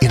in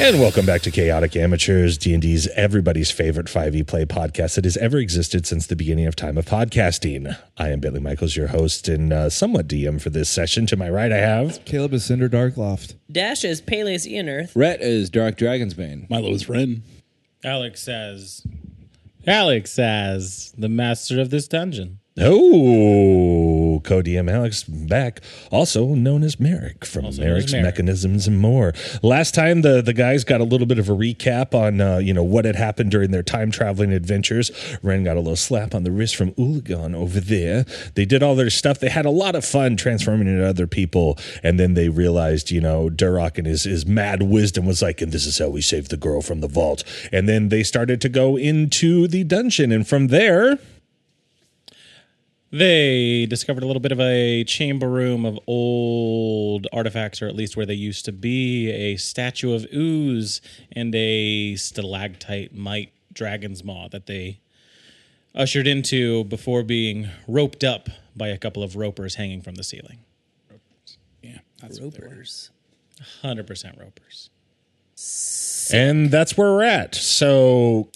And welcome back to Chaotic Amateurs, D&D's everybody's favorite 5e play podcast that has ever existed since the beginning of time of podcasting. I am Bailey Michaels, your host and uh, somewhat DM for this session. To my right, I have... Caleb is Cinder Darkloft. Dash is Peleus Ian Earth. Brett is Dark Dragonsbane. Milo is Ren. Alex says. Alex says the master of this dungeon. Oh, co-DM Alex back, also known as Merrick from Also known as Merrick's Merrick. Mechanisms and More. Last time, the, the guys got a little bit of a recap on, uh, you know, what had happened during their time-traveling adventures. Ren got a little slap on the wrist from Ulagon over there. They did all their stuff. They had a lot of fun transforming into other people, and then they realized, you know, Durok and his, his mad wisdom was like, and this is how we saved the girl from the vault. And then they started to go into the dungeon, and from there... They discovered a little bit of a chamber room of old artifacts, or at least where they used to be a statue of ooze and a stalactite mite dragon's maw that they ushered into before being roped up by a couple of ropers hanging from the ceiling. Yeah, that's what they were. 100% ropers. And that's where we're at. So,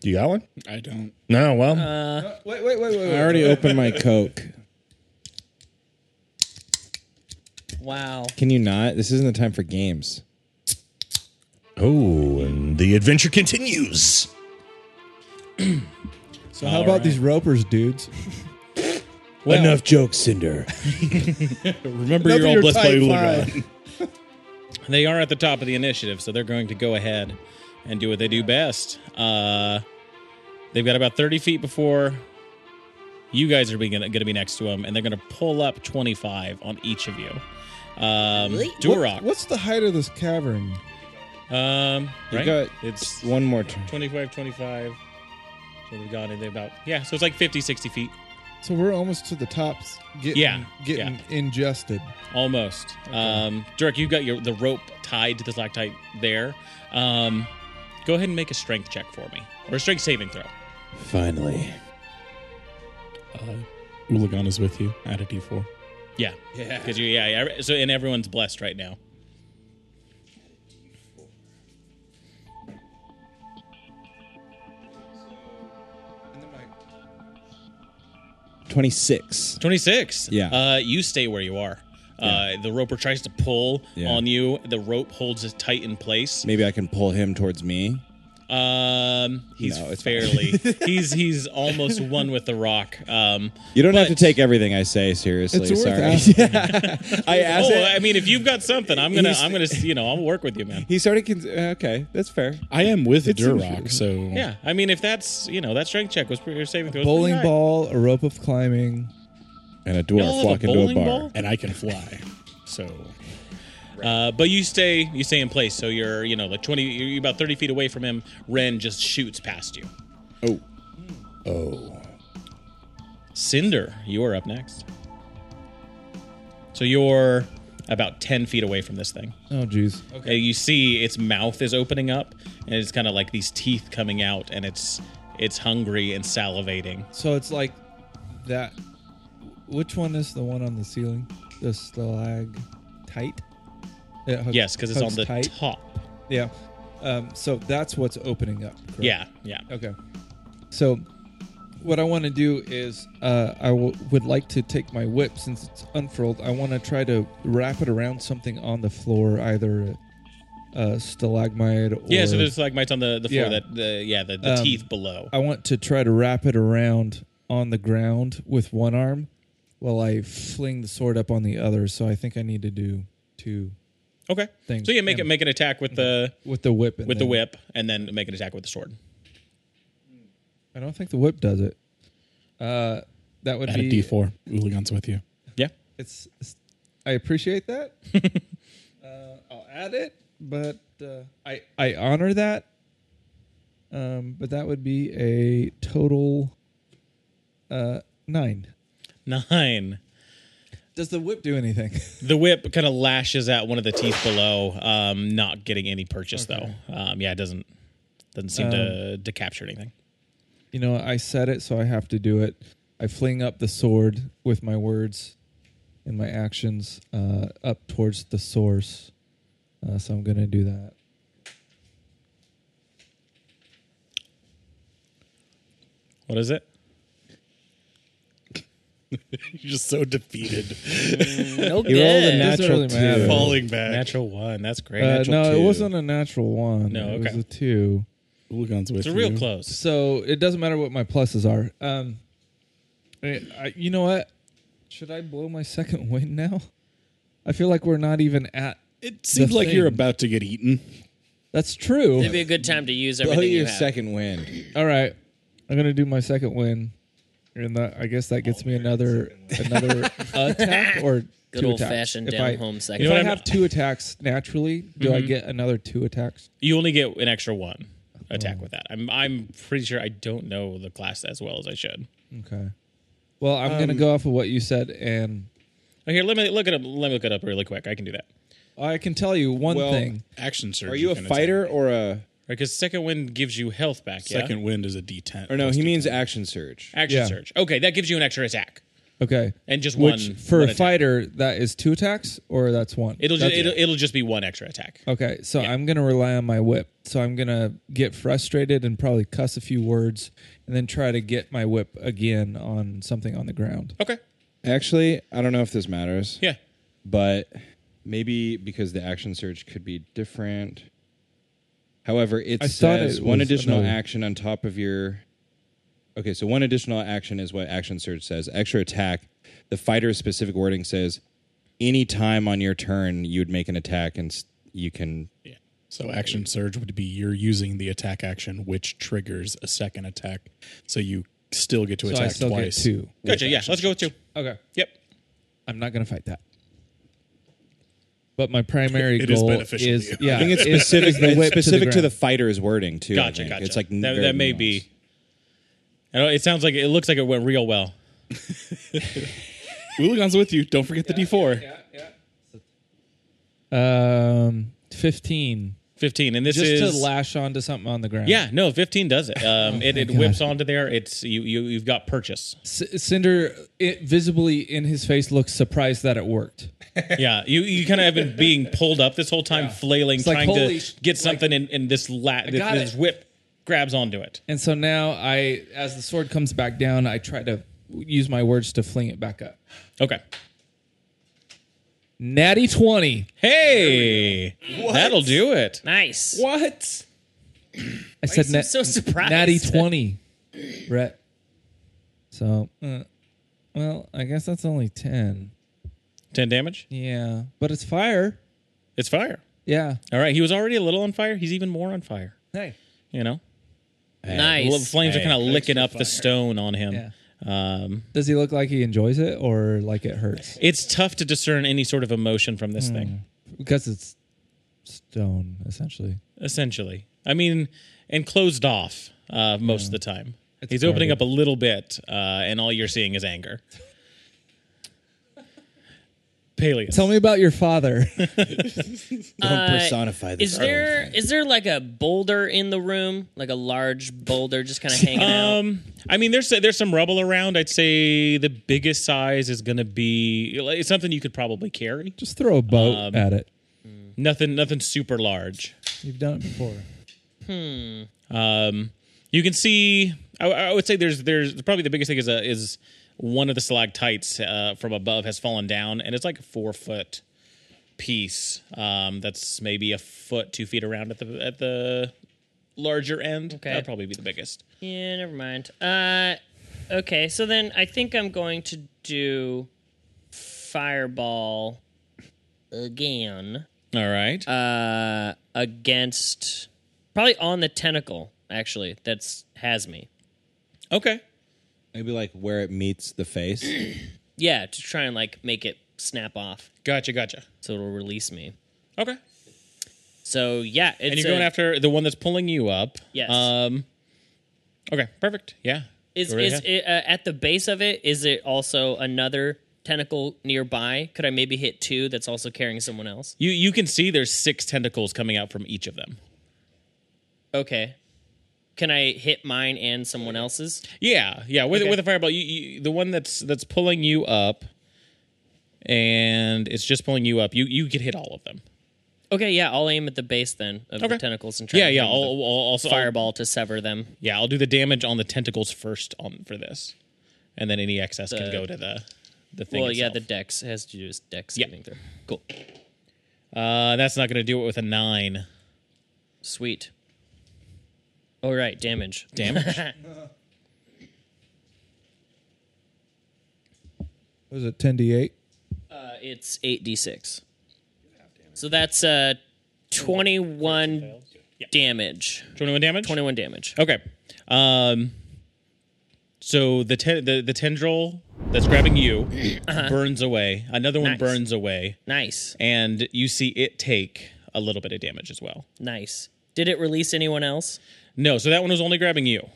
you got one? I don't. No, well, Wait, wait, wait, wait. I already opened my Coke. Wow. Can you not? This isn't the time for games. oh, and the adventure continues. So how about these ropers, dudes? Well, jokes, Cinder. Remember your old Let's Play Ulagon. They are at the top of the initiative, so they're going to go ahead and do what they do best. Uh, they've got about 30 feet before you guys are going to be next to them, and they're going to pull up 25 on each of you. Um, Really? Durok. What's the height of this cavern? Um, You right? got- it's One more turn. 25, 25. So they've got it about, yeah, so it's like 50, 60 feet. So we're almost to the tops. Getting, Yeah, Getting ingested. Almost. Um, Dirk, you've got your the rope tied to the lactite there. Um, go ahead and make a strength check for me, or a strength saving throw. Finally. Uh, Ulagon is with you. Add a d4. Yeah, yeah. Because you, yeah, yeah. every- So and everyone's blessed right now. Twenty-six. Twenty six. Yeah. Uh, you stay where you are. Uh, the roper tries to pull Yeah. on you. The rope holds it tight in place. Maybe I can pull him towards me. Um, he's No, it's fine. fairly. he's he's almost one with the rock. Um, You don't have to But- take everything I say seriously. It's worth Sorry. asking. I asked. oh, it. I mean, if you've got something, I'm gonna He's- I'm gonna you know I'll work with you, man. He started. Cons- uh, okay, that's fair. I am with It's Durok, so Yeah, I mean, if that's you know that strength check was your saving throw. was Bowling pretty high. ball, a rope of climbing. And a Y'all dwarf have a walk into a bowling bar. ball? and I can fly. So Uh, but you stay you stay in place, so you're you know like twenty, you're about thirty feet away from him. Ren just shoots past you. Oh, Cinder, you are up next. So you're about ten feet away from this thing. Oh, jeez. Okay. you see its mouth is opening up, and it's kind of like these teeth coming out, and it's it's hungry and salivating. So it's like that. Which one is the one on the ceiling? The stalactite? It hugs- Yes, because it's on hugs the tight? top. Yeah. Um, so that's what's opening up. Correct? Yeah, yeah. Okay. So, what I want to do is, uh, I w- would like to take my whip since it's unfurled. I want to try to wrap it around something on the floor, either uh, stalagmite or. Yeah, so there's like mites on the, the floor Yeah. that the yeah the, the Um, teeth below. I want to try to wrap it around on the ground with one arm while I fling the sword up on the other. So, I think I need to do two Okay. things. So yeah, make it And- make an attack with the with the whip. And with the then- whip, and then make an attack with the sword. I don't think the whip does it. Uh, that would add a be d4. Ulagon's with you. Yeah. It's, it's- I appreciate that. uh, I'll add it, but uh, I I honor that. Um, but that would be a total uh, nine. Nine. Does the whip do anything? The whip kind of lashes at one of the teeth below, um, not getting any purchase though. Um, yeah, it doesn't doesn't seem to to capture anything. you know, I said it, so I have to do it. I fling up the sword with my words and my actions uh, up towards the source. Uh, so I'm going to do that. What is it? You're just so defeated, No You rolled a good. natural Doesn't really matter. two. falling back. Natural one. That's great. Uh, Natural no, two. it wasn't a natural one. No, it was okay. a two. Ulagon's with It's a real you. close. So it doesn't matter what my pluses are. Um, I, I, you know what? Should I blow my second wind now? I feel like we're not even at. It seems like you're thing. about to get eaten. That's true. It'd be a good time to use Blow everything you your have. second wind. All right, I'm gonna do my second win, and that, I guess that gets me another another attack or Good two old attacks. fashioned If down I- home second. If know what I I'm- Mm-hmm. have two attacks naturally, do I get another two attacks? You only get an extra one attack with that. I'm I'm pretty sure I don't know the class as well as I should. Okay. Well, I'm gonna go off of what you said, and Oh, here, let me look it up. Let me look it up really quick. I can do that. I can tell you one Well, thing. Action surge. Are you a can fighter or a? Right, because second wind gives you health back. attack. Second wind is a D10. Or no, plus he means D10. action surge. yeah? action Yeah. surge. Okay, that gives you an extra attack Okay. and just Which one for one a attack. fighter that is two attacks or that's one. It'll just That's- it'll, it'll just be one extra attack. Okay, so I'm gonna rely on my whip. So I'm gonna get frustrated and probably cuss a few words, and then try to get my whip again on something on the ground. Oh, Okay. Actually, I don't know if this matters. Yeah. but maybe because the action surge could be different. However, it I thought says it one was additional another- action on top of your. Okay, so one additional action is what action surge says. Extra attack. The fighter's specific wording says, any time on your turn you would make an attack and s- you can. Yeah. So action surge would be you're using the attack action, which triggers a second attack, so you still get to So I attack still twice. get two. Gotcha. Yeah. Let's go with two. Okay, Yep. I'm not gonna fight that. But my primary It is goal is, beneficial to you. yeah, I think it's is- specific. is the it's whip specific to the, ground. fighter's wording too. I Gotcha. think. Gotcha. It's like that, very that may nuanced. be. I know, it sounds like it looks like it went real well. Ulagon's with you. Don't forget the D4. um fifteen. Fifteen, and this Just is to lash onto something on the ground. Yeah, no, fifteen does it. Um, it it Oh God. whips onto there. It's you you you've got purchase. C- Cinder it, visibly in his face looks surprised that it worked. yeah, you you kind of have been being pulled up this whole time, flailing, It's like, trying holy to sh- get something, and, and this la- this, got this it. whip grabs onto it. And so now I, as the sword comes back down, I try to use my words to fling it back up. Okay. Natty 20. Hey, that'll do it. Nice. What? I said I'm nat- so surprised. natty 20, Brett. So, uh, well, I guess that's only 10. Ten damage. Yeah. But it's fire. It's fire. Yeah. All right. He was already a little on fire. He's even more on fire. Hey. You know, Nice. the flames are Hey, kind of thanks licking for up the fire. stone on him. Yeah. Um, Does he look like he enjoys it or like it hurts? it's tough to discern any sort of emotion from this thing. Because it's stone, essentially. essentially. I mean, and closed off uh, most of the time. It's He's opening up guarded. a little bit, uh, and all you're seeing is anger. Peleus. Tell me about your father. Don't personify this. Uh, Is there is there like a boulder in the room, like a large boulder just kind of hanging out? Um, I mean, there's there's some rubble around. I'd say the biggest size is going to be like, it's something you could probably carry. Just throw a boat at it. Nothing, nothing super large. You've done it before. Um, you can see. I, I would say there's there's probably the biggest thing is a, is one of the stalactites uh, from above has fallen down, and it's like a four foot piece. Um, that's maybe a foot, two feet around at the at the larger end. Okay. That'd probably be the biggest. Yeah, never mind. Uh, okay, so then I think I'm going to do fireball again All right. uh, against probably on the tentacle actually that's has me. okay. Maybe like where it meets the face. Yeah, to try and like make it snap off, Gotcha, gotcha. so it'll release me. Okay. So yeah, it's and you're a- going after the one that's pulling you up. Yes. Um. Okay. Perfect. Yeah. Is Go right is ahead. it, uh, at the base of it? Is it also another tentacle nearby? Could I maybe hit two that's also carrying someone else? you you can see there's six tentacles coming out from each of them. Okay. Can I hit mine and someone else's? Yeah. Yeah. With Okay. with a fireball, you, you the one that's that's pulling you up, and it's just pulling you up. You you could hit all of them. Okay, yeah, I'll aim at the base then of Okay. the tentacles and try. Yeah. to Yeah. hit I'll, with I'll, I'll, a I'll- fireball to sever them. yeah. I'll do the damage on the tentacles first on for this, and then any excess can The- go to the the thing. well, yeah, itself. the dex has to do with dex Yeah. saving throw. Cool, uh, that's not going to do it with a nine sweet. All right, damage. damage. Was it 10d8? Uh, it's eight d six. So that's uh, twenty one damage. Twenty one damage. Twenty one damage. Okay. Um, so the, te- the the tendril that's grabbing you burns away. Another one Uh-huh. Nice. burns away, Nice, and you see it take a little bit of damage as well. nice. Did it release anyone else? No, so that one was only grabbing you,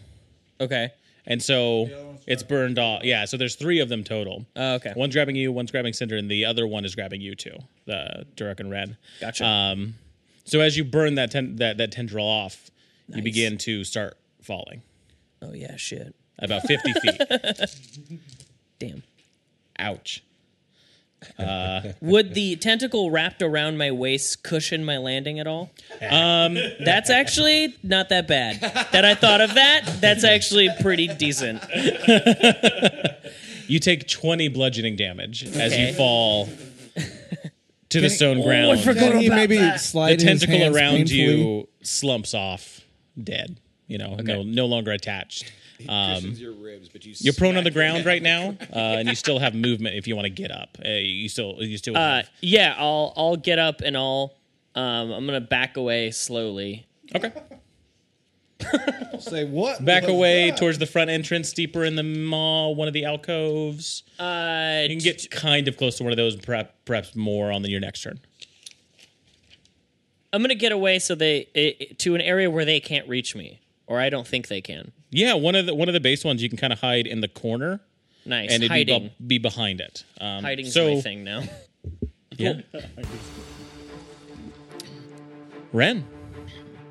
Okay. and so it's burned off. Yeah, so there's three of them total. Oh, okay. One's grabbing you, one's grabbing Cinder, and the other one is grabbing you too. The Durek and Red. Gotcha. Um, so as you burn that ten- that that tendril off, you Nice. begin to start falling oh yeah, shit. about fifty feet. Damn. Ouch. Would the tentacle wrapped around my waist cushion my landing at all? Um, that's actually not that bad. That I thought of that. That's actually pretty decent. You take 20 bludgeoning damage as you Okay. Oh, fall to the stone ground. Can he maybe slide the his tentacle hands around painfully? you slumps off dead, you know, no, no longer attached. Um, your ribs, but you You're prone on the ground right now, uh, and you still have movement if you want to get up. Uh, you still, you still Uh, have. yeah, I'll I'll get up and I'll um, I'm gonna back away slowly. Okay. Say what? Back away towards the front entrance, deeper in the mall, one of the alcoves. Uh, You can get kind of close to one of those, perhaps, perhaps more on your next turn. I'm gonna get away so they i i- to an area where they can't reach me, or I don't think they can. Yeah, one of the one of the base ones you can kind of hide in the corner. Nice and it'd be, hiding. bu- be behind it. Um, Hiding's so, my thing now. Yeah. Ren,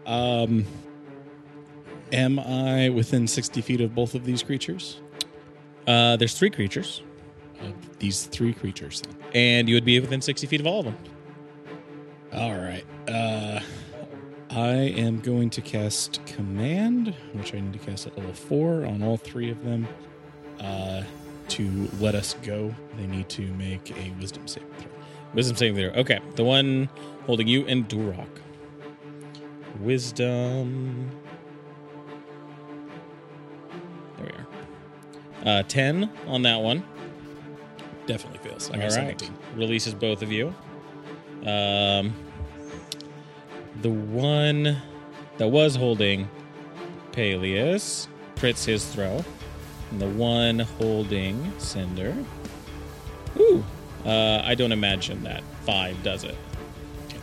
Am I within 60 feet of both of these creatures? uh, there's three creatures, Of these three creatures. Then. and you would be within 60 feet of all of them. All right. Uh, I am going to cast Command, which I need to cast at level four on all three of them uh, to let us go. They need to make a Wisdom save throw. Wisdom saving throw. Okay, the one holding you and Durok. Wisdom. There we are. Uh, 10 on that one. Definitely fails. I All got right. 17. Releases both of you. Um, the one that was holding Peleus crits his throw. And the one holding Cinder. Ooh. Uh, I don't imagine that five does it.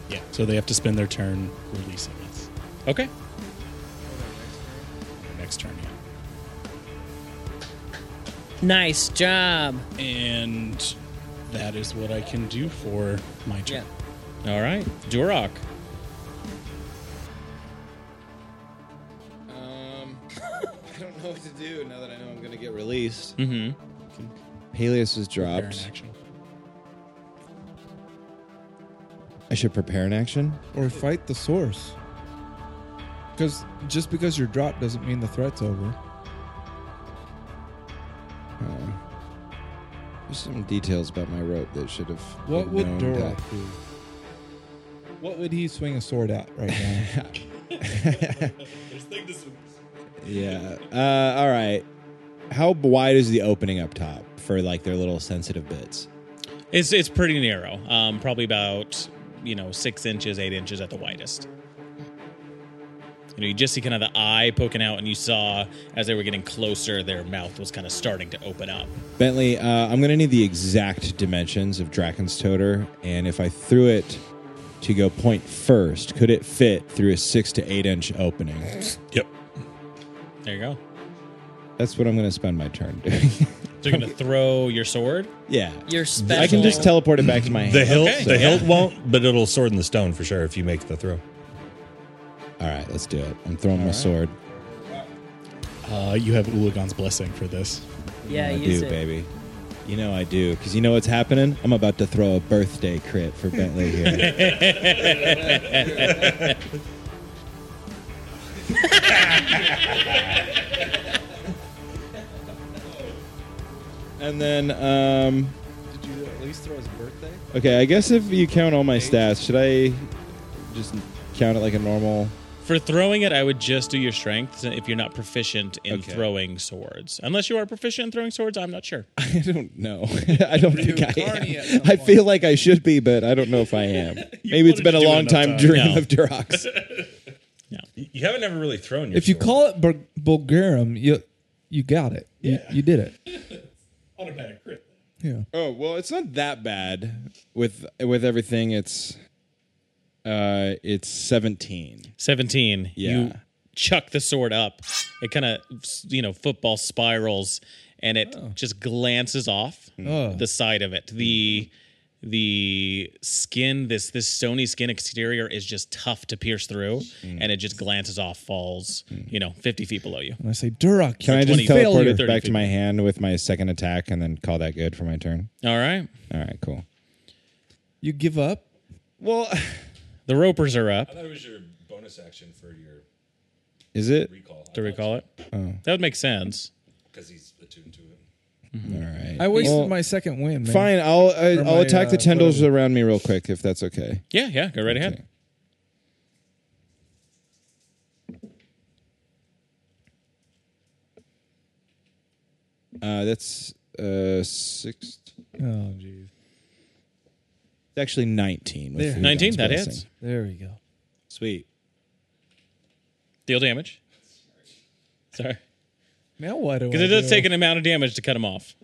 Yeah. So they have to spend their turn releasing us. Okay. Their next turn, yeah. nice job. And that is what I can do for my turn. All right. Durok. Um, I don't know what to do now that I know I'm going to get released. Mm hmm. Peleus is Mm-hmm. Prepare an dropped. action. I should prepare an action. Or fight the source. Because just because you're dropped doesn't mean the threat's over. Um, there's some details about my rope that should have. What been would known Durok that- do? What would he swing a sword at right now? Yeah. Uh, all right. How b- wide is the opening up top for like their little sensitive bits? It's, it's pretty narrow. Um, probably about, you know, six inches, eight inches at the widest. You know, you just see kind of the eye poking out, and you saw as they were getting closer, their mouth was kind of starting to open up. Bentley, uh, I'm going to need the exact dimensions of Draken's Toter, and if I threw it to go point first, could it fit through a six to eight inch opening? Yep. There you go. That's what I'm going to spend my turn doing. So you're gonna throw your sword. yeah. Your special. I can just teleport it back to my hand. The hilt, Okay. the Yeah. hilt won't, but it'll sword in the stone for sure if you make the throw. All right, let's do it. I'm throwing my sword. Uh, you have Ulagon's blessing for this. Yeah, I use do, it. baby. You know I do, because you know what's happening. I'm about to throw a birthday crit for Bentley here. and then, um, Did you at least throw his birthday? okay, I guess if you count all my stats, should I just count it like a normal? For throwing it, I would just do your strength if you're not proficient in Okay. throwing swords. Unless you are proficient in throwing swords, I'm not sure. I don't know. I don't think I Carney am. at some I point. feel like I should be, but I don't know if I am. Maybe it's wanted been to a do it long enough time, times. dream No. of Durox. You haven't ever really thrown your. If you call it bur- Bulgarum, you you got it. You, you did it. automatic crit, Yeah. Oh well, it's not that bad with with everything. It's uh, it's seventeen. 17. Yeah. You chuck the sword up. It kind of, you know, football spirals and it just glances off the side of it. The the skin this this stony skin exterior is just tough to pierce through and it just glances off falls you know 50 feet below you And I say Duroc. Can I just 20, teleport failure, it 30 back to feet. my hand with my second attack and then call that good for my turn? all right All right, cool. You give up? Well, the ropers are up that was your bonus action for your is it recall to recall it that would make sense because he's attuned to it. all right? I wasted Well, my second win. Man. Fine, I'll I, Or I'll my, attack the uh, tendrils whatever. around me real quick if that's okay. yeah yeah go right ahead Uh, that's uh six. Oh jeez. It's actually nineteen. with There. Fugan's 19 that blessing. hits There we go. Sweet. deal damage sorry Now what do I Because it does do? take an amount of damage to cut him off.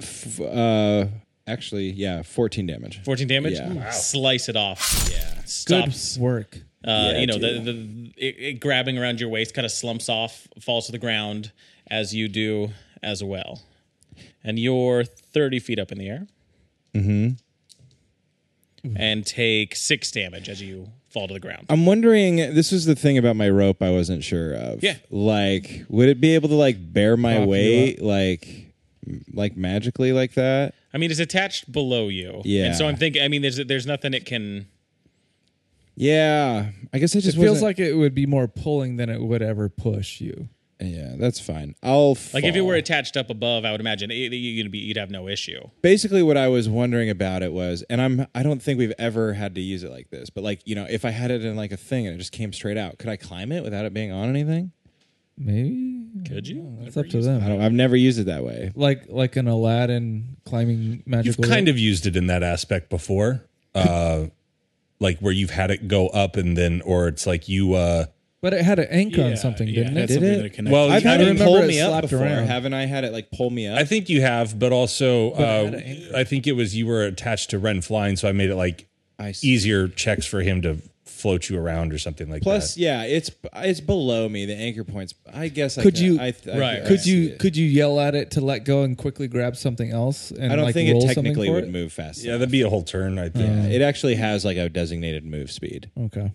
F- uh, actually, yeah, fourteen damage. 14 damage. Mm. Yeah. Wow. Slice it off. Yeah. good Stops. work. Uh, Yeah, you know, the, the it, it grabbing around your waist kind of slumps off, falls to the ground as you do as well. And you're 30 feet up in the air. Mm-hmm. And take six damage as you fall to the ground. I'm wondering. This is the thing about my rope I wasn't sure of. Yeah. like would it be able to like bear my Prop you weight like m- like magically like that? I mean, it's attached below you. Yeah. And so I'm thinking, I mean, there's there's nothing it can. Yeah, I guess I It just wasn't- feels like it would be more pulling than it would ever push you. yeah, that's fine. I'll Like, if you fall. were attached up above, I would imagine it, you'd, be, you'd have no issue. basically what I was wondering about it was, and I'm I don't think we've ever had to use it like this, but like you know, if I had it in like a thing and it just came straight out, could I climb it without it being on anything? Maybe Could you? that's up to them. I don't. I've never used it that way. Like like an Aladdin climbing You've magical. kind of used it in that aspect before, uh, like where you've had it go up and then, or it's like you. Uh, but it had an anchor Yeah, on something, yeah, didn't that's Did it? something it? that connects. Well, I've you had I it remember pull it me up slapped before, around. haven't I? Had it like pull me up. I think you have, but also had uh, an anchor. I think it was you were attached to Ren flying, so I made it like I see. easier checks for him to float you around or something like Plus, that. yeah, it's it's below me. The anchor points. I guess. I Could can- you- I, th- I Right. think I Could see you it. could you yell at it to let go and quickly grab something else? And I don't like think roll it something technically for would it? move fast. Yeah, enough. that'd be a whole turn, I think. it actually has like a designated move speed. Okay.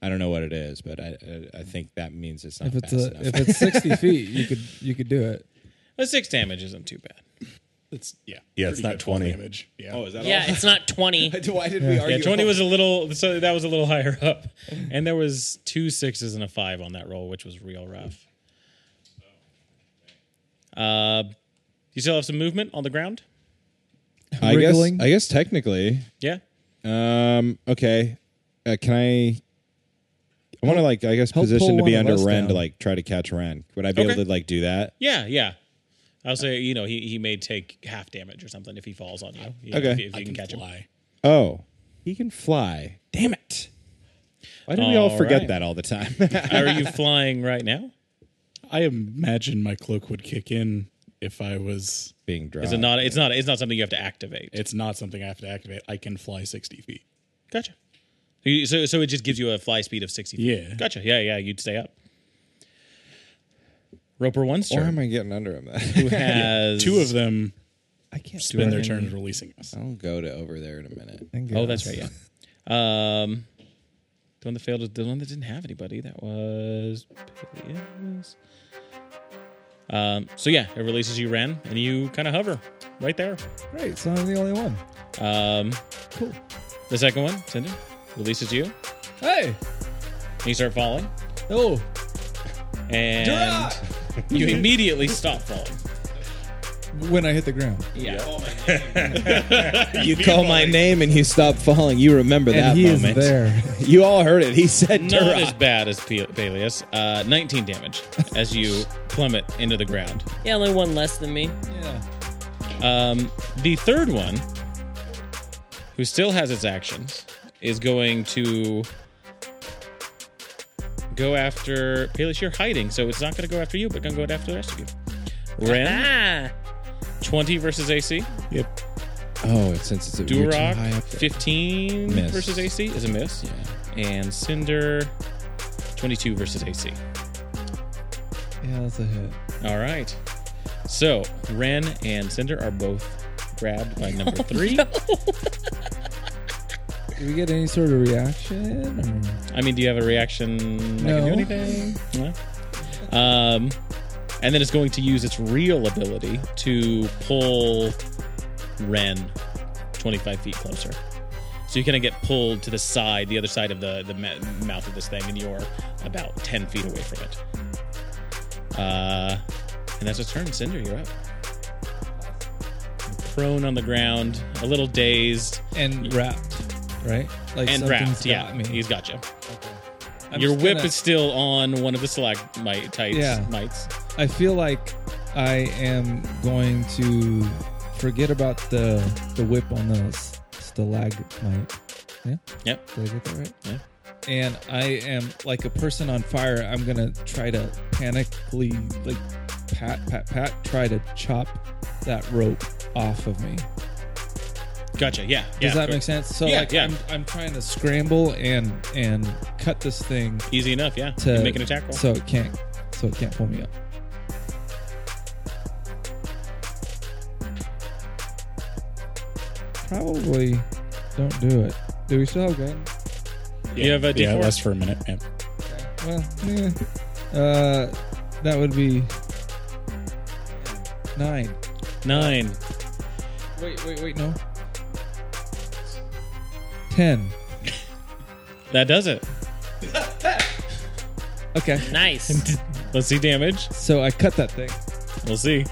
I don't know what it is, but I I, I think that means it's not If fast it's a, enough. if it's sixty feet, you could you could do it. But six damage isn't too bad. It's yeah. Yeah, it's pretty not good fall 20. damage. Yeah. Oh, is that Yeah, it's not 20. all? Why did we argue? Yeah, twenty about- was a little. So that was a little higher up, and there was two sixes and a five on that roll, which was real rough. Uh, you still have some movement on the ground? I guess. wriggling? I guess technically. Yeah. Um. Okay. Uh, can I? I want to like I guess Help pull position to be one of under us Ren to down. like try to catch Ren. Would I be Okay. able to like do that? Yeah, yeah. I'll say you know he, he may take half damage or something if he falls on you. you know, Okay. if, if you can, catch him. fly. Oh, he can fly. Damn it! Why do we all, All forget right. that all the time? Are you flying right now? I imagine my cloak would kick in if I was. Being dropped. Is it not? It's not. It's not something you have to activate. It's not something I have to activate. I can fly sixty feet. Gotcha. You- So so it just gives you a fly speed of sixty. feet. Yeah. Gotcha. Yeah, yeah. You'd stay up. Roper one Or turn. am I getting under him? who has Two of them I can't spend their turns releasing us. I'll go to over there in a minute. Oh, that's right. Yeah. Um, the one that failed. The one that didn't have anybody. That was. Peleus. Um, so yeah, it releases you, Ren, and you kind of hover right there. Great. So I'm the only one. Um, Cool. the second one, Cinder, releases you, and Hey. you start falling, Oh. ah! and you immediately stop falling. When I hit the ground. Yeah. Oh, You call my name and you stop falling. You remember that and he moment. is there. You all heard it. He said, Not Durrah. as bad as Pe- Peleus. Uh, 19 damage as you plummet into the ground. Yeah, only one less than me. yeah. Um, the third one, who still has its actions, is going to go after Peleus. You're hiding, so it's not going to go after you, but going to go after the rest of you. Ren, Ah, 20 versus AC. Yep. Oh, and since it's a you're too high Durok, up there. 15 Miss. versus AC is a miss. And Cinder, 22 versus AC. Yeah, that's a hit. All right. So Ren and Cinder are both grabbed by number three. Do we get any sort of reaction? or- I mean, do you have a reaction? I No. can do anything. No. Um, and then it's going to use its real ability to pull Ren 25 feet closer. So you kind of get pulled to the side, the other side of the, the ma- mouth of this thing, and you're about 10 feet away from it. Uh, and that's a turn, Cinder. You're up. Prone on the ground, a little dazed, And wrapped, right? Like and something's wrapped. Yeah, got me. he's got you. I'm Your just whip gonna- is still on one of the stalactites. Yeah. Mites. I feel like I am going to forget about the the whip on the s- stalagmite. Yeah. Yep. Did I get that right? Yeah. And I am like a person on fire. I'm gonna try to panically like pat pat pat try to chop that rope off of me. Gotcha. Yeah. Does that make sense? So Yeah, like yeah. I'm I'm trying to scramble and and cut this thing Easy enough. Yeah. to you make an attack roll. so it can't so it can't pull me up. Probably don't do it. Do we still have gun? you have a Yeah, it D4. lasts for a minute. Yeah. Well, yeah. Uh, that would be nine. Nine. Wait, wait, wait, no. Ten. That does it. Okay. nice. Let's see damage. So I cut that thing. We'll see.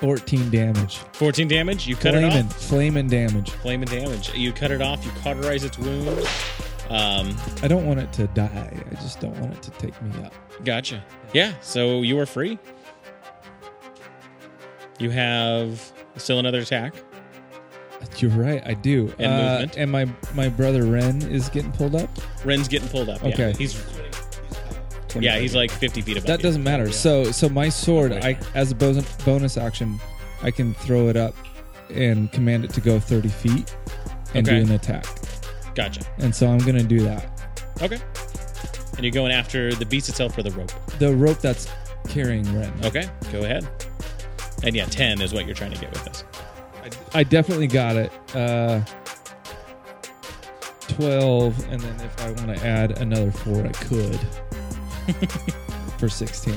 Fourteen damage. 14 damage. You cut it Flaming, off. flaming damage. Flaming damage. You cut it off. You cauterize its wound. Um, I don't want it to die. I just don't want it to take me up. gotcha. Yeah. So you are free. You have still another attack. You're right, I do. Uh, And movement. And my my brother Ren is getting pulled up. Ren's getting pulled up. Yeah. Okay. He's. Yeah, he's like 50 feet above. That you. doesn't matter. So so my sword, I as a bonus bonus action, I can throw it up and command it to go 30 feet and Okay. do an attack. Gotcha. And so I'm gonna do that. Okay. And you're going after the beast itself or the rope. The rope that's carrying Ren. Okay, go ahead. And yeah, 10 is what you're trying to get with this. I definitely got it. Uh, 12, and then if I want to add another four, I could for 16,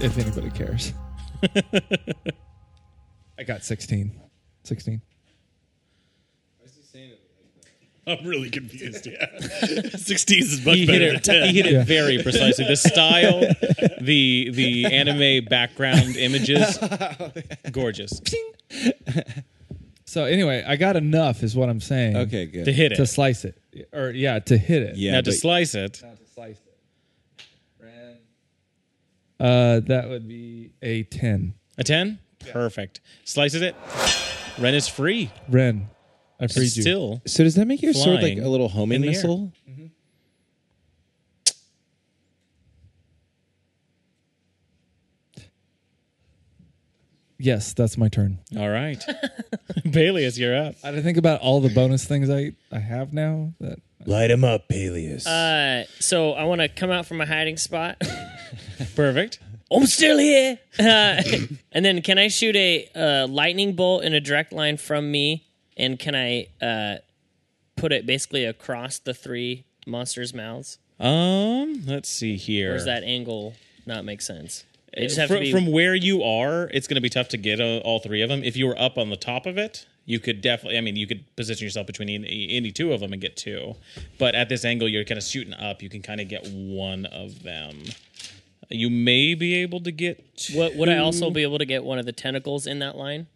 if anybody cares. I got 16. 16. I'm really confused. Yeah, 16 is much He hit better it, he hit it very precisely. The style, the the anime background images, gorgeous. So, anyway, I got enough, is what I'm saying. Okay, good. To hit To it. slice it. Or, yeah, to hit it. Yeah, Now to but slice it, Not to slice it. Ren. Uh, that would be a 10. A 10? Perfect. Slices it. Ren is free. Ren, I freed you. Still. So does that make your sword like Flying a little homing in the air. missile? Yes, that's my turn. All right. Bailey's, you're up. I had to think about all the bonus things I, I have now. That Light him up, Peleus. Uh, so I want to come out from a hiding spot. Perfect. I'm still here. Uh, and then can I shoot a uh, lightning bolt in a direct line from me? And can I uh, put it basically across the three monsters' mouths? Um, let's see here. Or does that angle not make sense? They just have Uh, from, to be from where you are, it's going to be tough to get uh, all three of them. If you were up on the top of it, you could definitely. I mean, you could position yourself between any, any two of them and get two. But at this angle, you're kind of shooting up. You can kind of get one of them. You may be able to get. Two. Would, would I also be able to get one of the tentacles in that line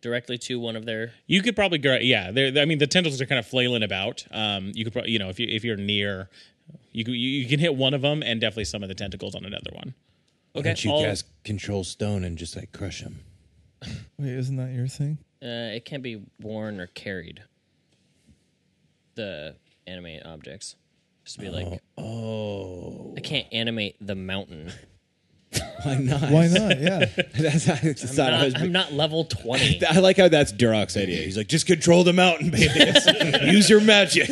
directly to one of their? You could probably go. Yeah, they're, I mean, the tendrils are kind of flailing about. Um, you could, probably, you know, if you if you're near, you could- you, you can hit one of them and definitely some of the tentacles on another one. Okay, Don't you all- guys control stone and just like crush him? Wait, isn't that your thing? uh, it can be worn or carried. The animate objects, just be like, oh, I can't animate the mountain. Why not? Why not? Yeah. That's I just thought I Not- was. I'm not level twenty. I like how that's Durok's idea. He's like, just control the mountain, Peleus. Use your magic.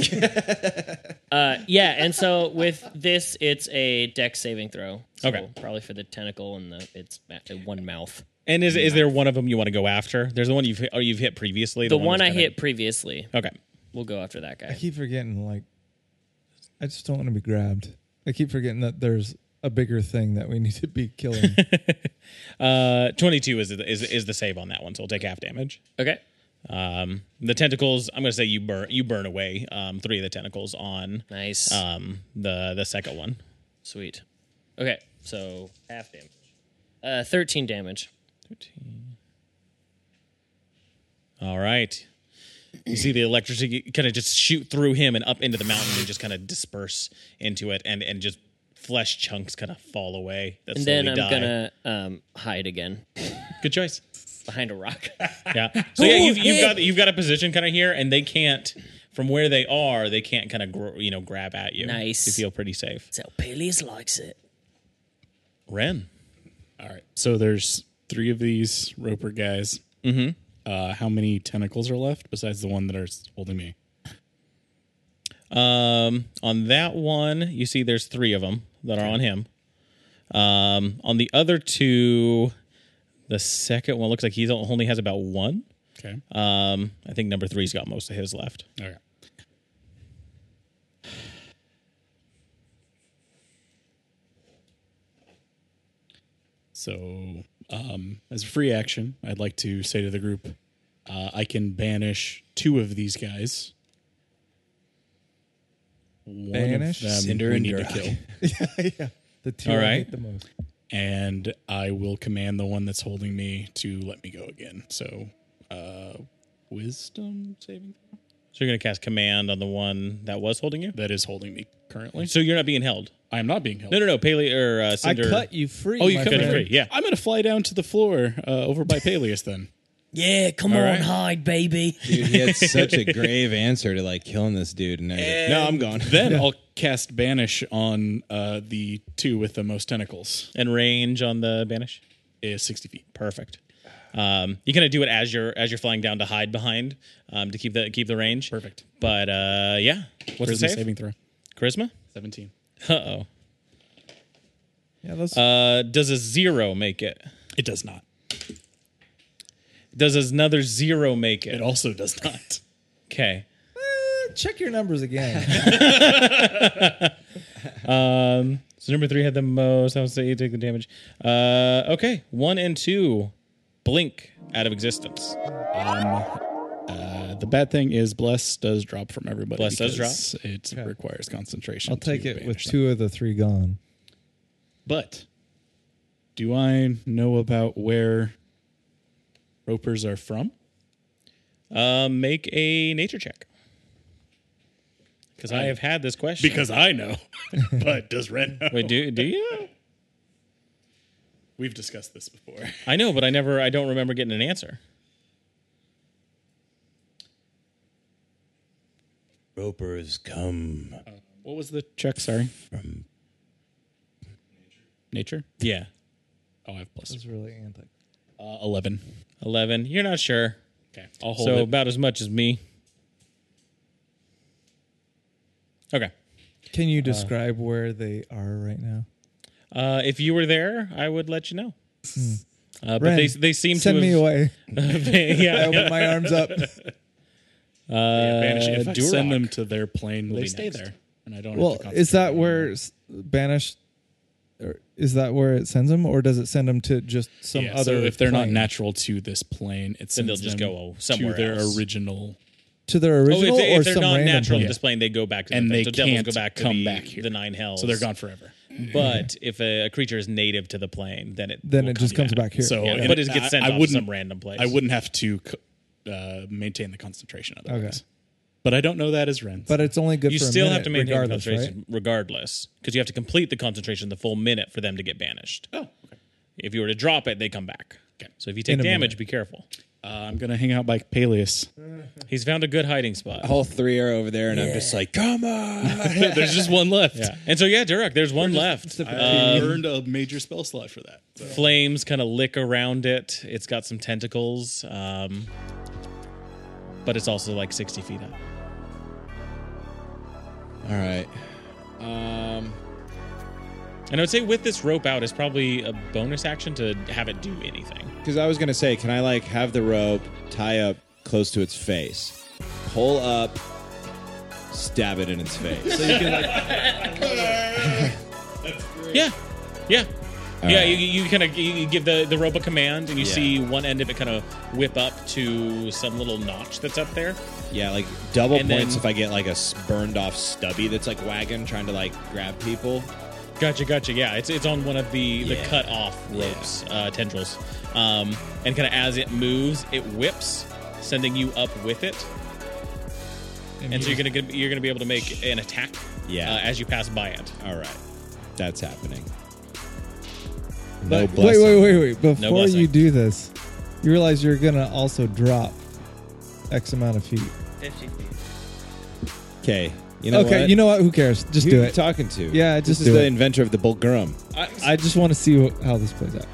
Uh, yeah, and so with this, it's a deck saving throw. So Okay. probably for the tentacle and the it's ma- one mouth. And is is there one of them you want to go after? There's the one you've hit, oh, you've hit previously. The, one, that's I kinda- hit previously. Okay. We'll go after that I guy. keep forgetting, like, I just don't want to be grabbed. I keep forgetting that there's a bigger thing that we need to be killing. Uh, 22 is, is is the save on that one, so we'll take half damage. Okay. Um, the tentacles, I'm gonna say you burn you burn away um, three of the tentacles on Nice. um, the the second one. Uh, Sweet. Okay, so half damage. Uh, 13 damage. 13. All right. You see the electricity kind of just shoot through him and up into the mountain and just kind of disperse into it and and just flesh chunks kind of fall away. That And then slowly I'm die. gonna um, hide again good choice. behind a rock. Yeah. So yeah, you've, you've got you've got a position kind of here, and they can't from where they are. They can't kind of gr- you know grab at you. Nice. You feel pretty safe. so Peleus likes it. Ren. All right. So there's three of these Roper guys. Mm-hmm. Uh, how many tentacles are left besides the one that are holding me? Um, on that one, you see there's three of them that are on him. Um, on the other two, the second one looks like he only has about one. Okay. Um, I think number three's got most of his left. Okay. So, um, as a free action, I'd like to say to the group, uh, I can banish two of these guys. One Banish? of them Cinder we and need to Durak. kill, yeah. The two All I right. hate the most. and I will command the one that's holding me to let me go again. So, uh, wisdom saving throw? So you're gonna cast command on the one that was holding you. that is holding me currently. So you're not being held. I am not being held. No, no, no. Paley or uh, I Cinder. cut you free. Oh, you my cut me friend. free. Yeah. I'm gonna fly down to the floor uh, over by Peleus then. Yeah, come on, hide, baby. Dude, he had such a grave answer to like killing this dude, and, now he's like, no, I'm gone. Then I'll cast banish on uh, the two with the most tentacles. and range on the banish. Is sixty feet. Perfect. Um, you kind of do it as you're as you're flying down to hide behind um, to keep the keep the range. Perfect. But uh, yeah, what's the Charisma save? saving throw? Charisma. Seventeen. Uh Yeah, those, oh. Uh, does a zero make it? It does not. Does another zero make It it? also does not. Okay. check your numbers again. So number three had the most. I would say you take the damage. Uh, okay, one and two blink out of existence. Uh, the bad thing is bless does drop from everybody. Bless does because It requires concentration. I'll take to it with banish them. two of the three gone. But do I know about where ropers are from? Um, make a nature check. Because I have had this question. I know. but does Red know? wait, do do you? We've discussed this before. I know, but I never. I don't remember getting an answer. Ropers come. What was the check? Sorry. Um, Nature. Yeah, Oh, I have plus It's really anti. uh, eleven. eleven. You're not sure. Okay, I'll hold So it. about as much as me. Okay. Can you describe where they are right now? Uh, if you were there, I would let you know. Uh, but Ren, they they seem Hmm. to Send me have, away. I yeah. open my arms up. Yeah, banish. Uh, If I Duroc. send them to their plane, we'll They be stay next. there. and I don't. Well, have to is that concentrate on where s- banish? Or is that where it sends them, or does it send them to just some Yeah, so other? if they're not plane? natural to this plane, it sends they'll just them go somewhere to their else. original. to their Oh, if, original they, or if they're some not random natural plane? displaying, they go back to And the they so devils can't go back to come the, back here. the nine hells. So they're gone forever. But if a, a creature is native to the plane, then it Then will it just come comes back here. So Yeah, and but it gets sent I, off I to wouldn't, some random place. I wouldn't have to co- uh, maintain the concentration otherwise. But I don't know that as Ren. but it's only good. you for a still minute have to maintain the regardless, right? concentration regardless because you have to complete the concentration the full minute for them to get banished oh, okay. if you were to drop it they come back Okay. so if you take In a damage minute. be careful Uh, I'm gonna hang out by Peleus. he's found a good hiding spot All three are over there, and I'm just like, come on. There's just one left. yeah and so yeah Durek, there's one left I earned a major spell slot for that. So. flames kind of lick around it it's got some tentacles um, but it's also like 60 feet up All right. Um, and i would say with this rope out it's probably a bonus action to have it do anything Because I was gonna say, can I like have the rope tie up close to its face, pull up, stab it in its face? Yeah, yeah, yeah. right. You, you kind of you you give the the rope a command, and you Yeah. see one end of it kind of whip up to some little notch that's up there. yeah, like double And points then- if I get like a s- burned off stubby that's like wagging, trying to like grab people. Gotcha, gotcha. Yeah, it's it's on one of the Yeah. the cut off Yeah. ropes uh, tendrils, um, and kind of as it moves, it whips, sending you up with it, and so you're gonna get- you're gonna be able to make an attack. Yeah. uh, as you pass by it. All right, that's happening. But wait, blessing. wait, wait, wait! Before blessing. you do this, you realize you're gonna also drop x amount of feet. Fifty feet. Okay, you know okay, what? you know what? Who cares? Just Who do you it. talking to? Yeah, this just is do the it. inventor of the Bulgurum. I, I just want to see wh- how this plays out.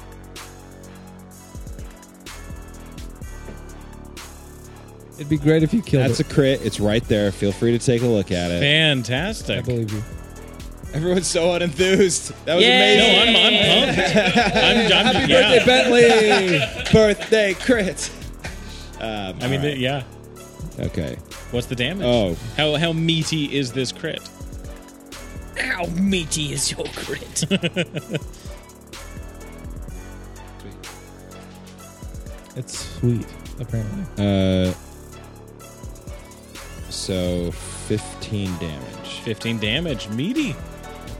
It'd be great if you killed That's a it. crit. It's right there. Feel free to take a look at it. I fantastic. believe you. Everyone's so unenthused. That was Yay! No, amazing. I'm I'm pumped. I'm, I'm Happy yeah. birthday, Bentley! birthday crit. Um, I mean, yeah. okay. What's the damage? Oh. How how meaty is this crit? How meaty is your crit? It's sweet, apparently. Uh, so 15 damage. 15 damage. Meaty.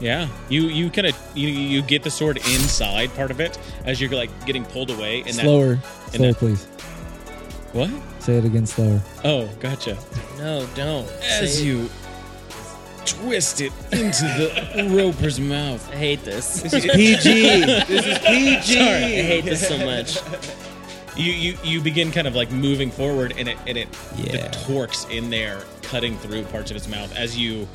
Yeah. You you kind of you, you get the sword inside part of it as you're like getting pulled away and slower, and slower, that- please. That, what? Say it again, slower. Oh, gotcha. no, don't. As Say- you twist it into the roper's mouth. I hate this. This is PG. this is PG. I hate this so much. You you you begin kind of like moving forward and it and it Yeah. the torques in there cutting through parts of its mouth as you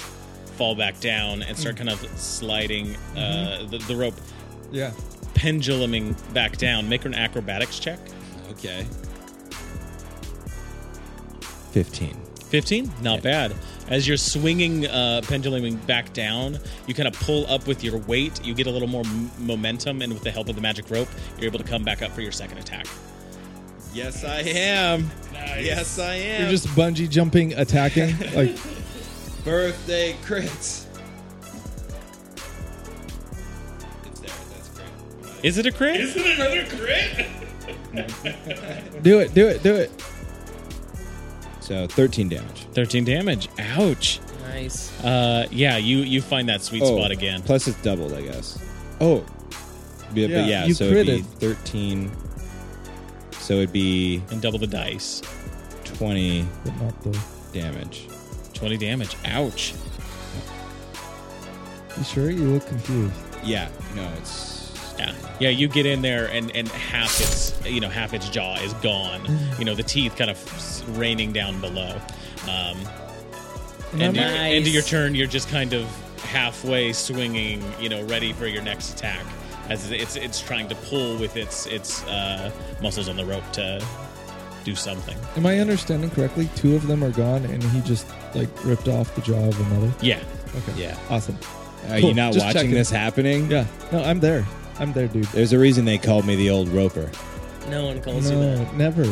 fall back down and start kind of sliding uh, the, the rope Yeah. penduluming back down. Make an acrobatics check. Okay. 15. 15 not bad as you're swinging uh, penduluming back down you kind of pull up with your weight you get a little more m- momentum and with the help of the magic rope you're able to come back up for your second attack Yes, I am. Yes, I am. You're just bungee jumping, attacking. like, birthday crits. It's there. That's great. is it a crit do it, do it, do it. So 13 damage. 13 damage ouch Nice. uh, yeah you you find that sweet Oh. spot again Plus it's doubled, I guess. Oh. Yeah, Yeah, but yeah, you so it'd be critted. 13. So it'd be and double the dice 20 But not the. damage. 20 damage ouch You sure? You look confused. Yeah, no, it's Yeah. Yeah, you get in there and, and half its you know half its jaw is gone. You know the teeth kind of raining down below. Um, and I'm- your, into Nice. your turn, you're just kind of halfway swinging, you know, ready for your next attack as it's it's trying to pull with its its uh, muscles on the rope to do something. Am I understanding correctly? Two of them are gone, and he just like ripped off the jaw of another. Yeah. Okay. Yeah. Awesome. Are Cool. you not Just watching checking. this happening? Yeah. No, I'm there. I'm there, dude. There's a reason they called me the old roper. No one calls you that. No, never.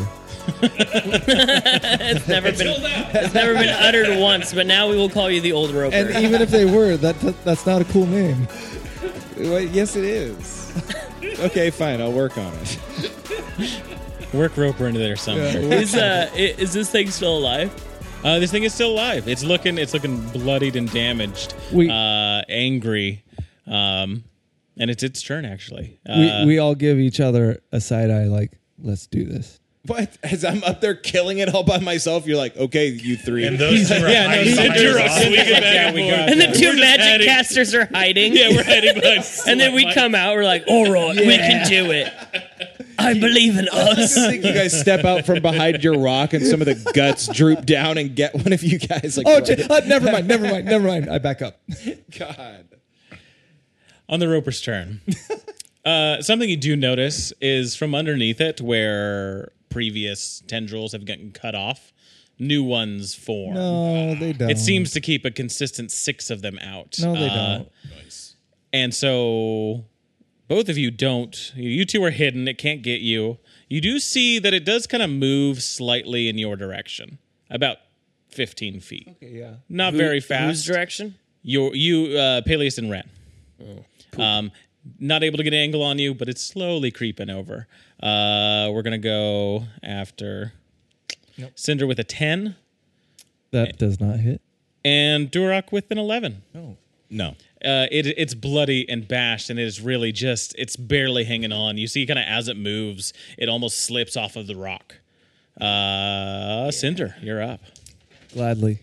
It's never been it's never been uttered once, but now we will call you the old roper. And even if they were, that, that that's not a cool name. Well, yes, it is. okay, fine. I'll work on it. Work roper into there somewhere. is uh i- is this thing still alive? Uh, this thing is still alive. It's looking it's looking bloodied and damaged. We- uh, angry. Um, and it's its turn actually. Uh, we we all give each other a side eye, like, let's do this. What? As I'm up there killing it all by myself, you're like, okay, you three. And those two are yeah, no, high you flyers you're a off. swinging back and forth. And the two We're just magic adding- casters are hiding. Yeah, we're heading behind. and then we come out, we're like, all right, we can do it. I believe in us. I think you guys step out from behind your rock and some of the guts droop down and get one of you guys. Like, Oh, right- j- uh, never mind, never mind, never mind. I back up. God. on the roper's turn. uh, something you do notice is from underneath it, where previous tendrils have gotten cut off, new ones form. No, they don't. It seems to keep a consistent six of them out. No, they Uh, don't. And so both of you don't. You two are hidden. It can't get you. You do see that it does kind of move slightly in your direction, about 15 feet. Yeah. Not very Whose fast. direction? you you, uh, Peleus and Ren. um, not able to get an angle on you, but it's slowly creeping over. Uh, we're going to go after Cinder with a 10 That does not hit. and Duroc with an 11. No. uh, it, it's bloody and bashed, and it is really just it's barely hanging on. You see, kind of as it moves, it almost slips off of the rock. Uh, Cinder, you're up. Gladly.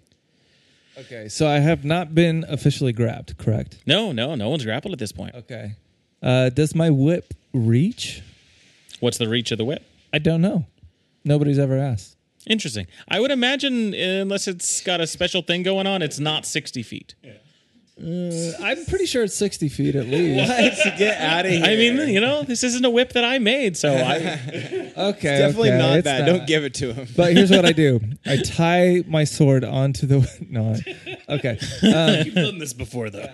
Okay, so I have not been officially grabbed, correct? No, no, no one's grappled at this point. Okay. Uh, does my whip reach? What's the reach of the whip? I don't know. Nobody's ever asked. Interesting. I would imagine, unless it's got a special thing going on, it's not 60 feet. I'm pretty sure it's 60 feet at least. Get out of here. I mean, you know, this isn't a whip that I made, so I. okay. definitely okay, not it's that. Don't give it to him. But here's what I do I tie my sword onto the. No. I- Okay. Um, You've done this before, though.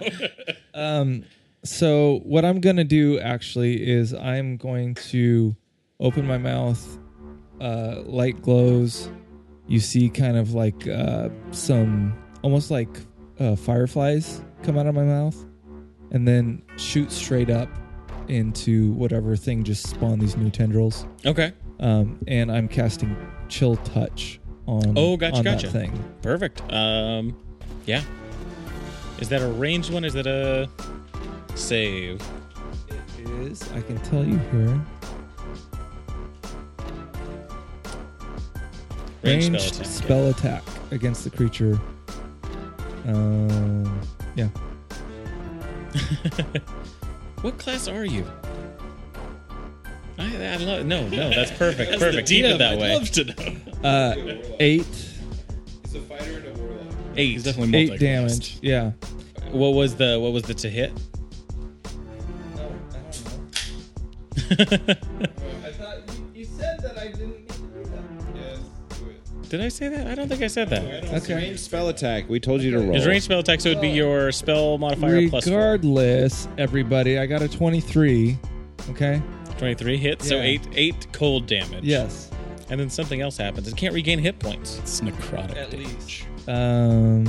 So what I'm gonna do actually is I'm going to open my mouth. Uh, light glows. You see kind of like uh, some almost like uh, fireflies come out of my mouth, and then shoot straight up into whatever thing just spawned these new tendrils. Okay. Um, and I'm casting chill touch on Oh, gotcha, on gotcha. that thing. Perfect. Um, yeah. Is that a ranged one? Is that a save? Is I can tell you here. Ranged ranged spell attack, spell attack against the creature. Um, yeah, What class are you? I, I love no, no. That's perfect. That's perfect. the Keep DM it that I'd way. love to know. uh, eight, Eight. definitely eight damage. Yeah, What was the what was the to hit? Did I say that? I don't think I said that. okay. Range spell attack. We told you to roll. Is range spell attack, so it'd be your spell modifier plus four. Regardless, everybody, I got a twenty-three. Okay. Twenty-three hits, so Yeah. eight eight cold damage. Yes. And then something else happens. It can't regain hit points. It's necrotic. least. Um,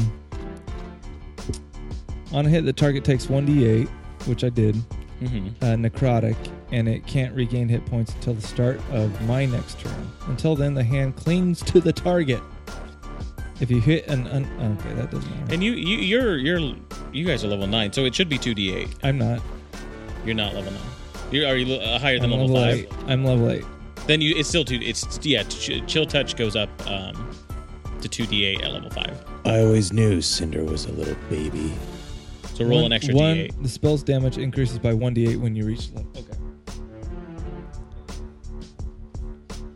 on a hit, the target takes one d8, which I did. Mm-hmm. Uh, necrotic, and it can't regain hit points until the start of my next turn. Until then, the hand clings to the target. If you hit an un- okay, that doesn't matter. And you you you're you're you guys are level nine, so it should be two d eight. I'm not. You're not level nine. You're are you uh, higher I'm than level, level five? eight. I'm level eight. Then you, it's still two. It's yeah. Ch- chill touch goes up um, to two d eight at level five. I always knew Cinder was a little baby. So roll One- an extra one- d eight. The spell's damage increases by one d8 when you reach level. Okay.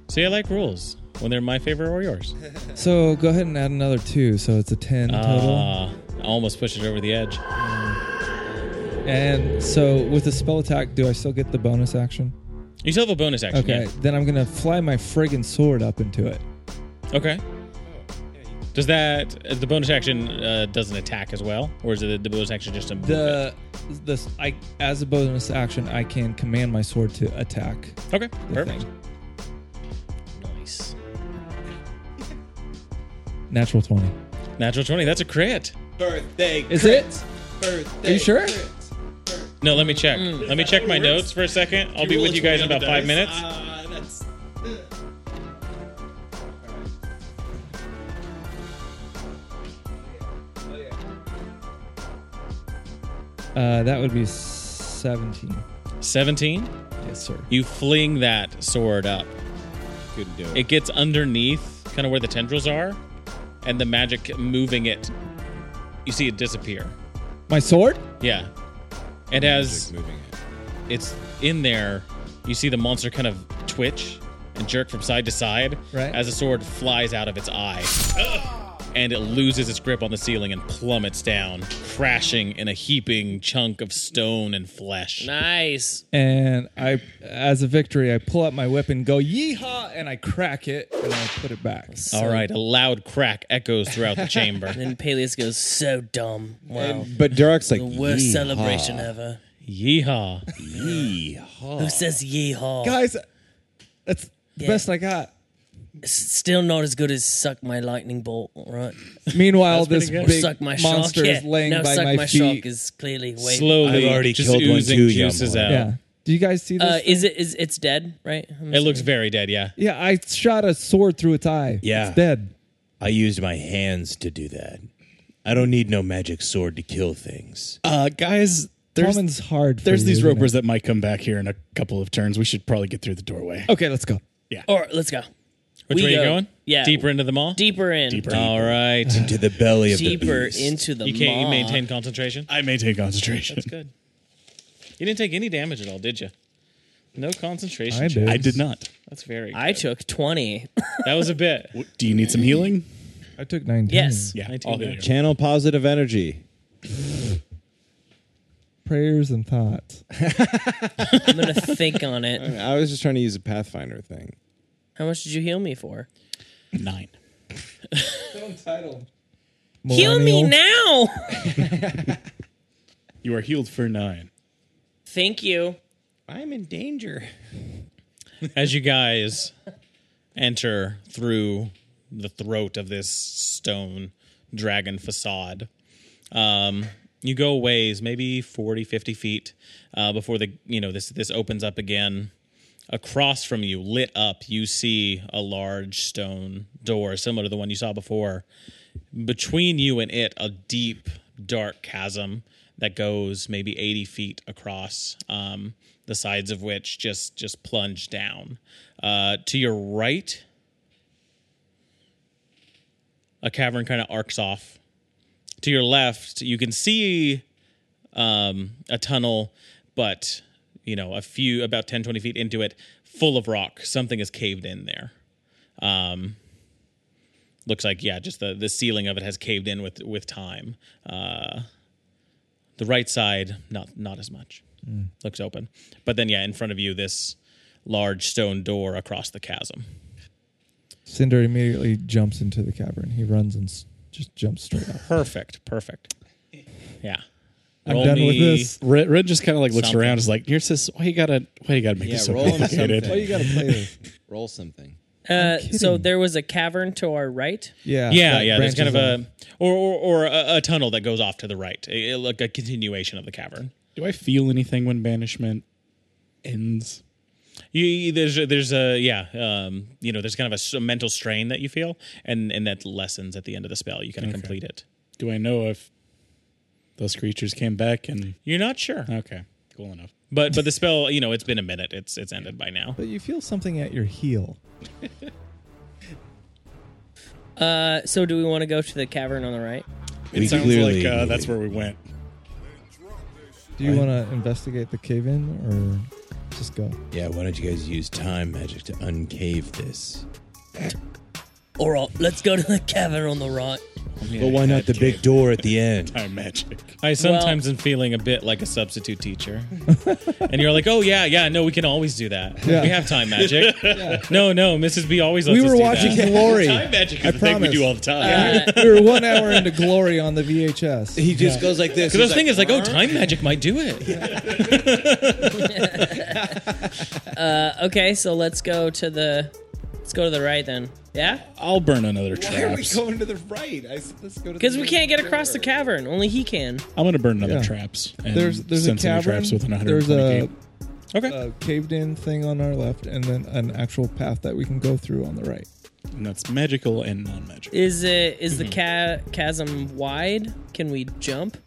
See, I like rules when they're my favorite or yours. So go ahead and add another two. So it's a 10 total. Uh, I almost pushed it over the edge. And so with the spell attack, do I still get the bonus action? You still have a bonus action. Okay. Then I'm going to fly my friggin' sword up into it. yeah. Okay. Does that uh, the bonus action uh, doesn't attack as well, or is it the bonus action just a The this I as a bonus action I can command my sword to attack okay? the Perfect. thing. Nice. Natural twenty. Natural twenty. That's a crit. Birthday. Is it? Birthday. Are you sure? No, let me check. Let me check my notes for a second. I'll be with you guys in about five minutes. that's Uh, that would be seventeen. 17. Yes, sir. You fling that sword up. couldn't do It gets underneath kind of where the tendrils are, and the magic moving it, you see it disappear. My sword? Yeah. And Just as moving it. it's in there, you see the monster kind of twitch and jerk from side to side Right. as a sword flies out of its eye. and it loses its grip on the ceiling and plummets down, crashing in a heaping chunk of stone and flesh. Nice. And I, as a victory, I pull out my whip and go yeehaw, and I crack it and I put it back. All right, a loud crack echoes throughout the chamber. And Peleus goes, so dumb. Wow. But Derek's like the worst "Yeehaw, celebration ever. Yeehaw. Oh. Who says yeehaw? guys, that's the Yeah. best I got. S- Still not as good as suck my lightning bolt, all right? Meanwhile, this Or big suck my shock. monster Yeah. is laying no, by suck my, my feet. shock is clearly way. Slowly, I've already just killed one oozing too, young juices boy. out. yeah. Do you guys see this? Uh, is it? Is it's dead? Right? I'm It looks very dead, yeah. yeah, I shot a sword through its eye. Yeah. it's dead. I used my hands to do that. I don't need no magic sword to kill things. Uh, guys, there's Common's hard. For there's you, these isn't it? ropers that might come back here in a couple of turns. We should probably get through the doorway. Okay, let's go. All right, let's go. Which We way go. are you going? Yeah. Deeper into the mall? Deeper in. Deeper, All right. Uh, to the belly of the beast. into the You can't you maw. maintain concentration? I maintain concentration. That's good. You didn't take any damage at all, did you? No concentration. I check. did. I did not. That's very good. I took twenty. that was a bit. W- Do you need some healing? I took nineteen. Yes. Yeah. 19 Okay. damage. Channel positive energy. prayers and thoughts. I'm gonna think on it. I was just trying to use a Pathfinder thing. How much did you heal me for? Nine. Heal me Millennial. now. You are healed for nine. Thank you. I'm in danger. As you guys enter through the throat of this stone dragon facade, um, you go a ways, maybe 40, 50 feet uh, before the you know this this opens up again. Across from you, lit up, you see a large stone door similar to the one you saw before. Between you and it, a deep, dark chasm that goes maybe 80 feet across, um, the sides of which just just plunge down. Uh, to your right, a cavern kind of arcs off. To your left, you can see um, a tunnel, but you know, a few about 10, 20 feet into it, full of rock. Something is caved in there. Um, looks like yeah, just the the ceiling of it has caved in with with time. Uh, the right side, not not as much. Mm. Looks open, but then yeah, in front of you, this large stone door across the chasm. Cinder immediately jumps into the cavern. He runs and s- just jumps straight up. Perfect, perfect. Yeah, I'm Roll done with me- this. Red, Red just kind of like looks Something. around. Is like, here's this. Why you gotta? Why you gotta make Yeah, this so roll him complicated? something. Oh, you gotta play this. Roll something. Uh, so there was a cavern to our right. Yeah, Yeah, that yeah. There's kind of branches a or or, or a, a tunnel that goes off to the right, a- a- like a continuation of the cavern. Do I feel anything when banishment ends? You, you- there's a- there's a yeah, um, you know, there's kind of a s- a, mental strain that you feel, and and that lessens at the end of the spell. You kind of complete it. Do I know if those creatures came back and? You're not sure, Okay, cool enough. but but the spell, you know, it's been a minute. It's it's ended by now. But you feel something at your heel. Uh, so do we want to go to the cavern on the right? It We sounds clearly- like uh, that's where we went. Do you want to investigate the cave in, or Just go. Yeah, why don't you guys use time magic to uncave this? All right, let's go to the cavern on the right. but why not the big door at the end? Time magic. I sometimes am feeling a bit like a substitute teacher. and you're like, oh, yeah, yeah, no, we can always do that. Yeah. We have time magic. No, no, Mrs. B always lets we us were do watching that. Glory. magic is I promise. the time. Uh, we were one hour into Glory on the VHS. He just goes like this. Because He's the thing is like, oh, time magic might do it. okay, so let's go to the let's go to the right then. Yeah, I'll burn another Why are we traps. going to the right? I said, let's go to because we can't get across the cavern. Only he can. I'm gonna burn another Yeah. traps. And There's there's a send some of the cavern. Traps with an There's 120 a, gate. Okay. a caved in thing on our left, and then an actual path that we can go through on the right. and that's magical and non-magical. Is it is the ca- chasm wide? Can we jump?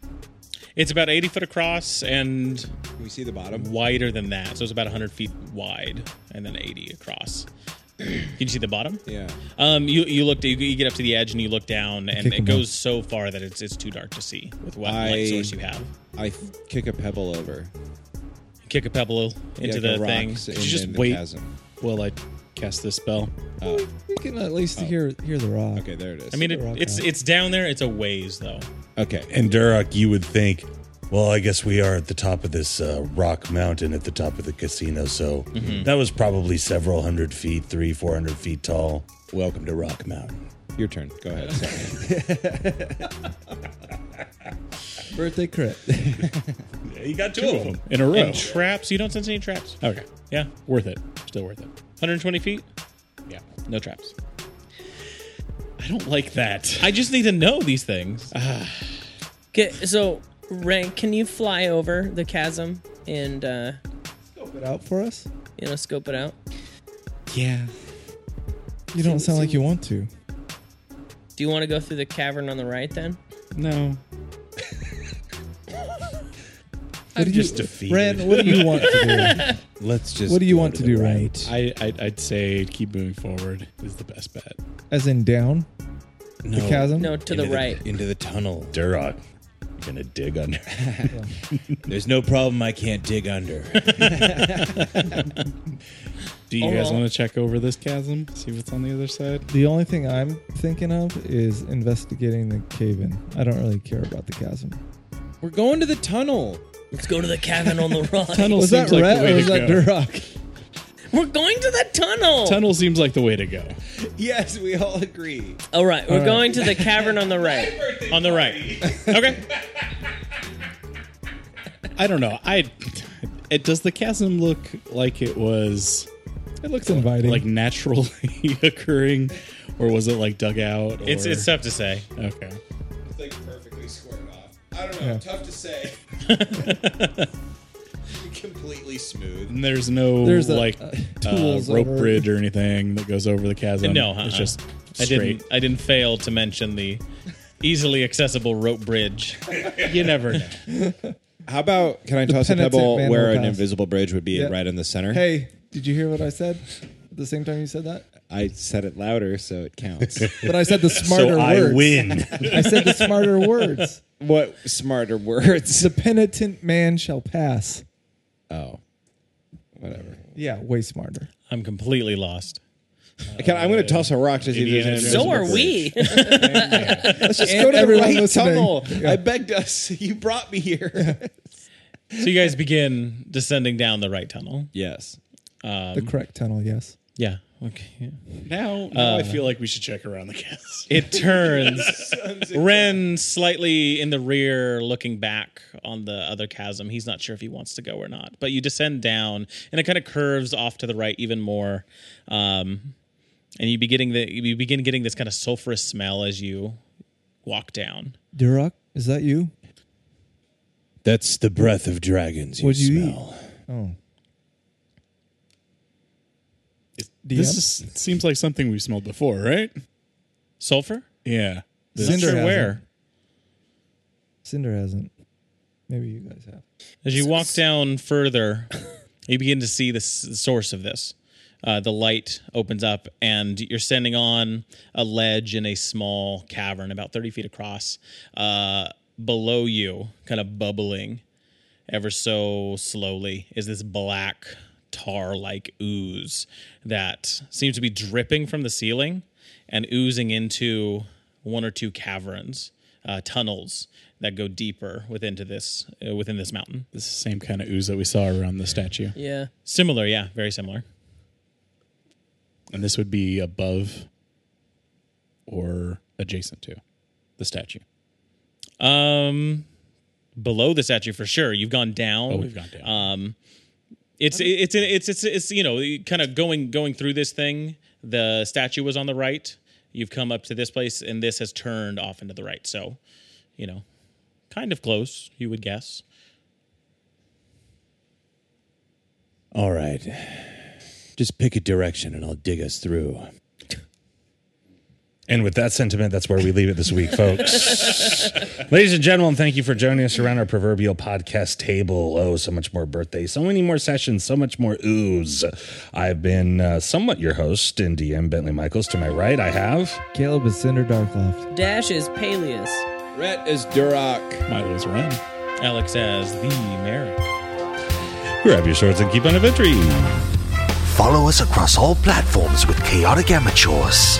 It's about 80 foot across and Can we see the bottom? wider than that. So it's about 100 feet wide and then 80 across. Can you see the bottom? Yeah. Um, you you look you, you get up to the edge and you look down and it Kick him goes so far that it's it's too dark to see with what I- light source you have. I th- kick a pebble over. Kick a pebble into Yeah, the rock thing. in- Could you just in wait? The chasm. Well, I cast this spell. We can at least hear hear the rock. Okay, there it is. I mean, it, rock it's out. it's down there. It's a ways though. okay. And Durak, you would think, well, I guess we are at the top of this uh, rock mountain at the top of the casino, so that was probably several hundred feet, three, four hundred feet tall. Welcome to Rock Mountain. Your turn. Go ahead. Sorry. Birthday crit. You got two, of them. in a row. And traps. You don't sense any traps. okay, Yeah, worth it. Still worth it. 120 feet. Yeah. No traps. I don't like that. I just need to know these things. Okay, so rank. Can you fly over the chasm and uh, Open out for us. you know scope it out? yeah. You don't sound like you want to. Do you want to go through the cavern on the right then? No. What do just you, defeated. Ren, what do you want to Let's do? just. what do you go want to the do, Ren? right? I, I I'd say keep moving forward is the best bet. As in down No, the chasm. No, to into the right. into the tunnel. Duroc, you're gonna dig under. There's no problem I can't dig under. Do you guys Uh-huh. want to check over this chasm? See if it's on the other side. The only thing I'm thinking of is investigating the cave in. I don't really care about the chasm. We're going to the tunnel. Let's go to the cavern on the right. Tunnel Was that seems like Rhett the way or was to that go. Duroc? We're going to the tunnel. Tunnel seems like the way to go. Yes, we all agree. All right, we're right. going to the cavern on the right. on the right. Okay. I don't know. I it does the chasm look like it was It looks inviting. like naturally occurring, or was it like dug out? It's or- it's tough to say. okay. It's like perfectly squared off. I don't know. Yeah. Tough to say. Completely smooth. And there's no There's a- like uh, uh, tools rope over- bridge or anything that goes over the chasm. No, uh-uh. it's just I straight. didn't I didn't fail to mention the easily accessible rope bridge. You never know. How about can I toss a penitent pebble man where an will pass. invisible bridge would be Yep. right in the center? hey, did you hear what I said? At the same time you said that, I said it louder, so it counts. but I said the smarter so I words. win. I said the smarter words. what smarter words? The penitent man shall pass. Oh, whatever. Yeah, way smarter. I'm completely lost. Can, I'm going to toss a rock to see if Indiana there's an Jones. invisible So are bridge. we. Let's just And go to the everyone right listening. tunnel. I begged us. You brought me here. So you guys begin descending down the right tunnel. yes. the correct tunnel, yes. Yeah. Okay. yeah. Now, now I feel like we should check around the chasm. It turns. Ren slightly in the rear, looking back on the other chasm. He's not sure if he wants to go or not. But you descend down, and it kind of curves off to the right even more. Um, and you begin the you begin getting this kind of sulfurous smell as you walk down. Duroc, is that you? That's the breath of dragons. You What'd you eat? smell. Oh. DM? This is, seems like something we've smelled before, right? Sulfur? Yeah. This- Cinder Sure, hasn't. where? Cinder hasn't. Maybe you guys have. As you walk down further, you begin to see the s- the source of this. Uh, the light opens up, and you're standing on a ledge in a small cavern about 30 feet across. Uh, below you, kind of bubbling ever so slowly, is this black tar like ooze that seems to be dripping from the ceiling and oozing into one or two caverns, uh, tunnels that go deeper within to this uh, within this mountain. This is the same kind of ooze that we saw around the statue. Yeah. Similar, yeah, very similar. And this would be above or adjacent to the statue. Um, below the statue for sure. You've gone down. Oh, we've gone down. Um, it's it's it's it's it's you know kind of going going through this thing. The statue was on the right. You've come up to this place, and this has turned off into the right. So, you know, kind of close. You would guess. All right. Just pick a direction and I'll dig us through. And with that sentiment, that's where we leave it this week, folks. Ladies and gentlemen, thank you for joining us around our proverbial podcast table. Oh, so much more birthday, so many more sessions, so much more ooze. I've been uh, somewhat your host in DM Bentley Michaels. To my right, I have. Caleb is Cinder Darkloft. Dash is Peleus. Rhett is Duroc. Milo's run. Alex as the Merrick. Grab your swords and keep on adventuring. Follow us across all platforms with Chaotic Amateurs.